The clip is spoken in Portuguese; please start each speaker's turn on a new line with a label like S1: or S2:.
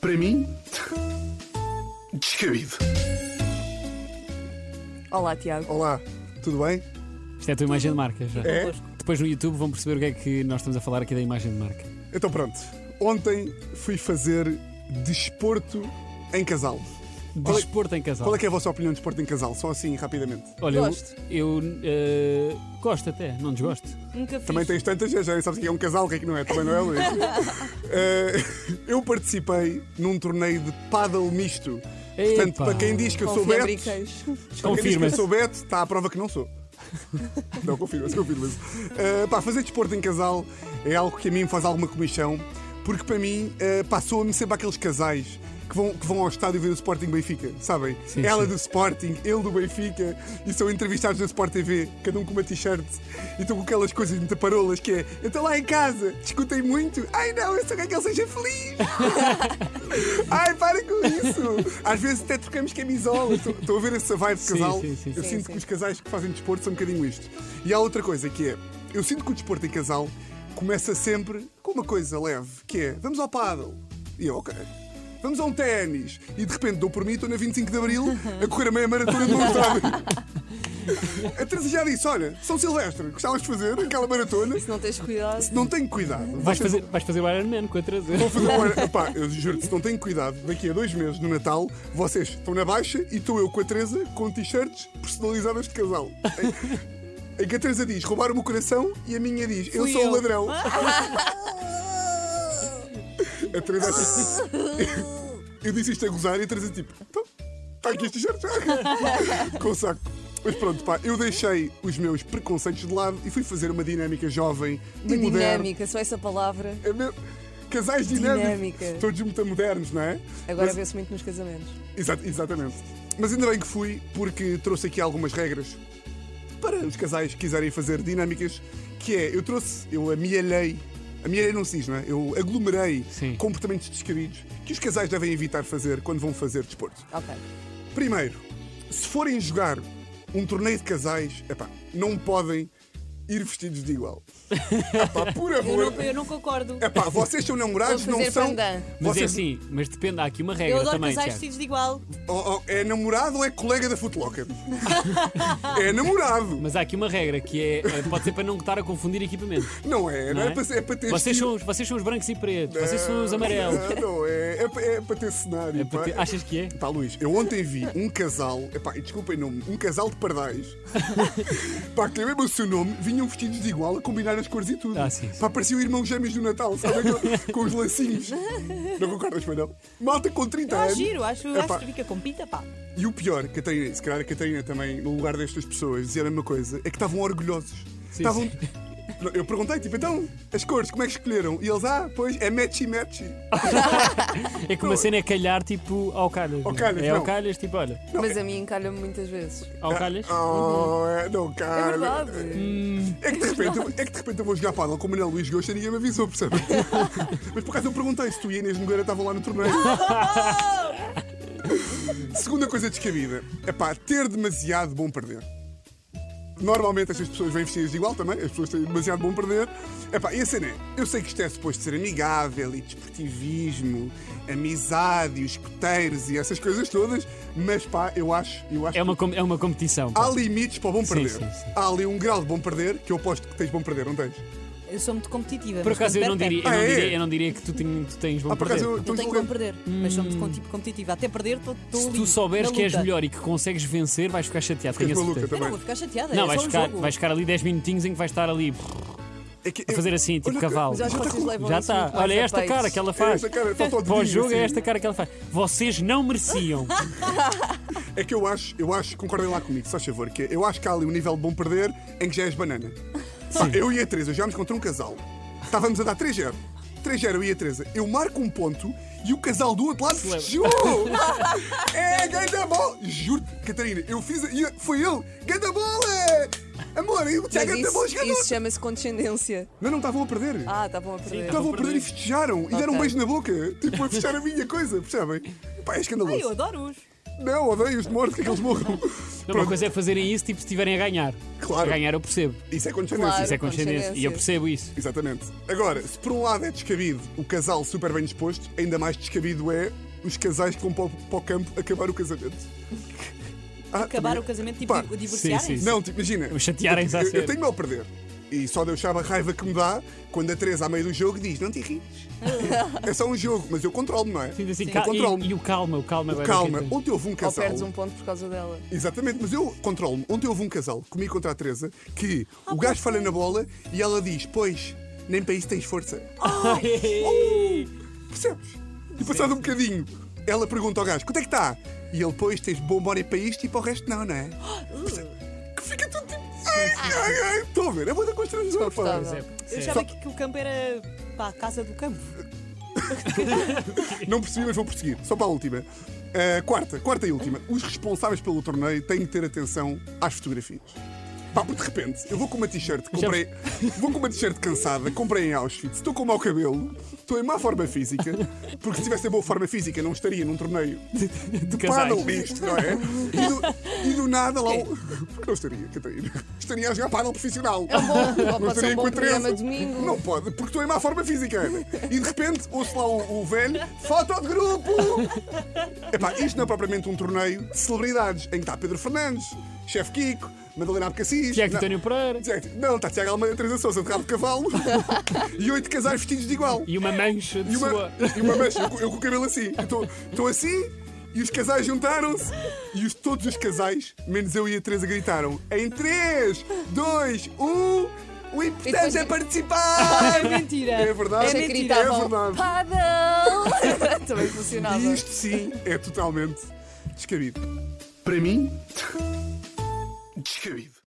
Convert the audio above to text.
S1: para mim, descabido.
S2: Olá, Tiago.
S3: Olá, tudo bem?
S4: Isto é a tua imagem de marca já.
S3: É?
S4: Depois no YouTube vão perceber o que é que nós estamos a falar aqui da imagem de marca.
S3: Então pronto. Ontem fui fazer desporto em casal. Qual é-
S4: Desporto em casal.
S3: Qual é que é a vossa opinião de desporto em casal? Só assim, rapidamente.
S4: Olha, eu-
S2: Gosto.
S4: eu, eh, gosto até, não desgosto.
S2: Nunca fiz.
S3: Também tens tantas, já- já nem sabes o que é um casal, o que é que não é, também não é, Luís? Eh, eu participei num torneio de paddle misto. Portanto,
S4: Epá.
S3: para quem diz que eu
S2: Com
S3: sou
S2: febre e
S3: Beto,
S2: queijo.
S3: Para Quem diz que eu
S4: Confirma-se.
S3: sou Beto, está à prova que não sou. não, confirma-se, confirma-se. Uh, pá, fazer desporto em casal é algo que a mim me faz alguma comissão, porque para mim uh, passou-me sempre aqueles casais que vão, que vão ao estádio ver o Sporting Benfica, sabem?
S4: Sim,
S3: Ela
S4: sim.
S3: do Sporting, ele do Benfica, e são entrevistados na Sport TV, cada um com uma t-shirt, e estão com aquelas coisas muito taparolas que é: eu estou lá em casa, discutem muito, ai não, eu só quero que ele seja feliz. Ai, para com isso! Às vezes até trocamos camisolas. Estou- Estou a ver essa vibe de
S4: Sim,
S3: casal.
S4: sim, sim.
S3: Eu
S2: Sim,
S3: sinto
S2: sim.
S3: que os casais que fazem desporto são um bocadinho isto. E há outra coisa que é: eu sinto que o desporto em casal começa sempre com uma coisa leve, que é vamos ao paddle. E eu, ok. Vamos a um ténis. E de repente dou por mim, estou na 25 de Abril a correr a meia maratona de Lourdes. A Teresa já disse: olha, São Silvestre, gostavas de fazer aquela maratona?
S2: Se não tens cuidado.
S3: Não tenho cuidado.
S4: Vais fazer, vais fazer o Iron Man com a traseira.
S3: Vou fazer um Iron- Epá, eu juro, se não tenho cuidado, daqui a dois meses, no Natal, vocês estão na baixa e estou eu com a Teresa com t-shirts personalizadas de casal. Em, em que a Teresa diz roubaram-me o coração e a minha diz eu
S2: Fui
S3: sou
S2: eu."
S3: o ladrão. a Teresa acha- Eu disse isto a gozar e a Teresa tipo, está aqui este t-shirt com o saco. Mas pronto, pá, eu deixei os meus preconceitos de lado e fui fazer uma dinâmica jovem e
S2: Uma
S3: moderna.
S2: dinâmica, só essa palavra.
S3: É mesmo. Casais dinâmicos.
S2: Dinâmica.
S3: Todos muito modernos, não é?
S2: Agora
S3: Mas-
S2: vê-se muito nos casamentos.
S3: Exa- exatamente. Mas ainda bem que fui, porque trouxe aqui algumas regras para os casais que quiserem fazer dinâmicas, que é, eu trouxe, eu amealhei, amealhei não se diz, não é? Eu aglomerei
S4: Sim.
S3: comportamentos descabidos que os casais devem evitar fazer quando vão fazer desporto.
S2: Ok.
S3: Primeiro, se forem jogar um torneio de casais, epá, não podem ir vestidos de igual. Epá, por amor...
S5: Eu não, eu não concordo.
S3: É pá, vocês são namorados,
S2: Vou
S3: não
S2: fazer
S3: são.
S2: pandan.
S4: Mas é
S3: vocês-
S4: assim, mas depende, há aqui uma regra
S5: Eu adoro
S4: também,
S5: casais
S4: Tiago.
S5: vestidos de igual.
S3: Oh, oh, é namorado ou é colega da Footlocker? é namorado.
S4: Mas há aqui uma regra que é, eh, pode ser para não estar a confundir equipamentos.
S3: Não é, não,
S4: Não
S3: é?
S4: é?
S3: para, é para ter.
S4: Vocês
S3: estilo-
S4: são, os- vocês são os brancos e pretos, vocês são os amarelos.
S3: Não, não é. É, pa- é para ter cenário.
S4: É para ter-
S3: pá.
S4: achas que é?
S3: Pá, Luís, eu ontem vi um casal, epá, e desculpem o nome, um casal de pardais, pá, que lembra o seu nome, vinham vestidos de igual a combinar as cores e tudo.
S4: Ah, sim, sim.
S3: Pá, pareciam irmãos gêmeos do Natal, sabe? Com- com os lacinhos. Não concordas, pois não? Malta com 30
S5: Ah,
S3: anos.
S5: giro, acho,
S3: É. Epá.
S5: acho que fica com pinta, pá.
S3: E o pior, Catarina, se calhar a Catarina também, no lugar destas pessoas, dizia a mesma coisa, é que estavam orgulhosos.
S4: Sim,
S3: Estavam.
S4: sim.
S3: Não, Eu perguntei, tipo, então, as cores, como é que escolheram? E eles, ah, pois, é matchy matchy.
S4: É que uma cena é calhar tipo ao calhas. não é?
S3: Ao calhas,
S4: é ao
S3: não. é- Ah.
S4: calhas, tipo, olha,
S2: Mas a mim encalha-me muitas vezes.
S5: É
S4: ao calhas.
S3: Oh, é, não,
S2: É
S3: cara.
S2: verdade.
S3: É que de repente, eu- é que de repente eu vou jogar paddle com o Manuel é Luís Gosta e ninguém me avisou, percebe? Mas por acaso eu perguntei se tu e a Inês Nogueira estavam lá no torneio. Segunda coisa descabida. É pá, ter demasiado bom perder. Normalmente estas pessoas vêm vestidas de igual também, as pessoas têm demasiado bom perder. Epá, e a cena é, eu sei que isto é suposto ser amigável e desportivismo, amizade e os coteiros e essas coisas todas, mas pá, eu acho, eu acho
S4: É, uma,
S3: que
S4: com- é uma competição. pá.
S3: há limites para o bom
S4: Sim,
S3: perder.
S4: sim, sim.
S3: Há ali um grau de bom perder, que eu aposto que tens bom perder, não tens?
S5: Eu sou muito competitiva.
S4: Por
S5: mas
S4: acaso eu não
S5: competitiva.
S4: diria, eu não
S3: Ah, é?
S4: diria, eu não diria que tu, ten- tu tens bom
S3: Ah, por
S4: perder.
S3: acaso eu
S5: Não
S3: estou
S5: tenho como perder, mas sou muito com tipo competitiva. Até perder, estou
S4: Hum. Se tu souberes que és melhor e que consegues vencer, vais ficar chateado.
S3: Ficas então.
S4: tenho a
S3: maluca
S4: certeza.
S5: Eu não
S3: também.
S5: vou ficar chateada.
S4: Não,
S5: é
S4: vais
S5: só um
S4: ficar,
S5: jogo.
S4: vais ficar ali 10 minutinhos em que vais estar ali brrr,
S3: É que
S4: a
S3: eu-
S4: fazer assim, tipo
S3: olha que-
S4: cavalo.
S2: Mas eu acho que vocês levam
S4: Já
S2: isso muito
S4: está.
S2: mais
S4: Olha,
S2: a
S4: é esta
S2: peito.
S4: cara que ela
S3: É
S4: faz.
S3: esta cara, falta o
S4: Para o
S3: dedinho,
S4: jogo é
S3: assim.
S4: esta cara que ela faz. Vocês não mereciam.
S3: É que eu acho, eu acho, concordem lá comigo, se faz favor, que eu acho que há ali um nível de bom perder em que já és banana. Pá, eu e a Teresa jogámos contra um casal. Estávamos a dar 3-0. 3-0, eu e a Teresa. Eu marco um ponto e o casal do outro lado
S4: leva.
S3: festejou. é, ganha a bola. Juro, Catarina, eu fiz. a- e Foi ele, ganha a bola. Amor, e o Tiago
S2: Mas
S3: ganha a bola,
S2: isso,
S3: jogador.
S2: isso chama-se condescendência.
S3: Não, não, estavam a perder.
S2: Ah,
S5: tá
S2: estavam a perder.
S3: Estavam a perder e festejaram e deram um
S2: Ok.
S3: beijo na boca, tipo a fechar a minha coisa, percebem? Pá, é
S5: Ai, eu
S3: escandaloso.
S5: adoro-os.
S3: Não, odeio os de morte, que é que eles morram.
S4: Uma
S3: Pronto,
S4: coisa é fazerem isso, tipo, se estiverem a ganhar.
S3: Claro.
S4: A ganhar eu percebo.
S3: Isso é condescendência.
S2: Claro.
S4: Isso é consciência. E eu
S2: consciência.
S4: percebo isso.
S3: Exatamente. Agora, se por um lado é descabido o casal super bem disposto, ainda mais descabido é os casais que vão para o, para o campo acabar o casamento. Ah,
S5: Acabar
S3: também-
S5: o casamento,
S3: Pá,
S5: tipo, divorciarem-se.
S4: sim.
S3: Não, tipo, imagina.
S4: Os chatearem-se à
S3: eu, eu
S4: sério.
S3: tenho-me ao perder. E só Deus sabe a raiva que me dá quando a Teresa, à meio do jogo, diz: Não te ris. é só um jogo, mas eu controlo-me, não é?
S4: Sinto assim,
S5: Sim.
S4: cal-
S3: Eu controlo-me.
S4: e, e o calma, o
S2: é
S4: calma. agora
S3: Calma,
S4: que eu tenho.
S3: ontem houve um
S2: Ou
S3: casal.
S2: perdes um ponto por causa dela.
S3: Exatamente, mas eu controlo-me. Ontem houve um casal comigo contra a Teresa que
S2: Ah,
S3: o gajo falha na bola e ela diz: Pois, nem para isso tens força.
S2: Ah,
S3: Uh! Ah, Percebes? E passado um bocadinho, ela pergunta ao gajo: Quanto é que está? E ele, pois, tens bom body para isto e para o resto não, não é?
S2: Ah.
S5: Uh,
S3: Que fica tudo tipo. Ai, ai, ai. Estou a ver, é muito constrangedor. pá.
S2: Desconfortável.
S5: tá Eu
S4: Sim.
S5: achava que, que o campo era, pá, a casa do campo.
S3: Não percebi, mas vou prosseguir. Só para a última. Ah, quarta, quarta e última. Os responsáveis pelo torneio têm de ter atenção às fotografias. Pá, porque de repente, eu vou com uma t-shirt, que comprei. Vou com uma t-shirt cansada, comprei em Auschwitz, estou com mau cabelo, estou em má forma física, porque se tivesse em boa forma física não estaria num torneio de
S4: casais.
S3: paddle isto, não é? E do, e do nada lá. o- Porque não estaria, Catarina? Estaria a jogar paddle profissional.
S2: É um bom, ou
S3: Não
S2: pode ser
S3: teria
S2: um bom programa domingo.
S3: Não pode, porque estou em má forma física. Ana. E de repente ouço lá o, o velho, foto de grupo! Epá, isto não é propriamente um torneio de celebridades, em que está Pedro Fernandes, Chefe Kiko, Madalena Abcacis.
S4: Tiago
S3: não-
S4: António Pereira.
S3: Tiago- Não, está Tiago Almeida, Teresa Sousa de rabo de cavalo e oito casais vestidos de igual.
S4: E uma mancha de
S3: E uma,
S4: sua.
S3: e uma mancha, eu, com- eu com o cabelo assim. Estou assim e os casais juntaram-se. E os, todos os casais, menos eu e a Teresa, gritaram em 3, 2, 1. O importante
S2: depois-
S3: é participar!
S5: É mentira.
S3: É verdade,
S2: Até
S3: é,
S2: gritavam
S3: verdade.
S2: Paddle! Também funcionava.
S3: E isto sim é totalmente descabido. Para mim, descabido.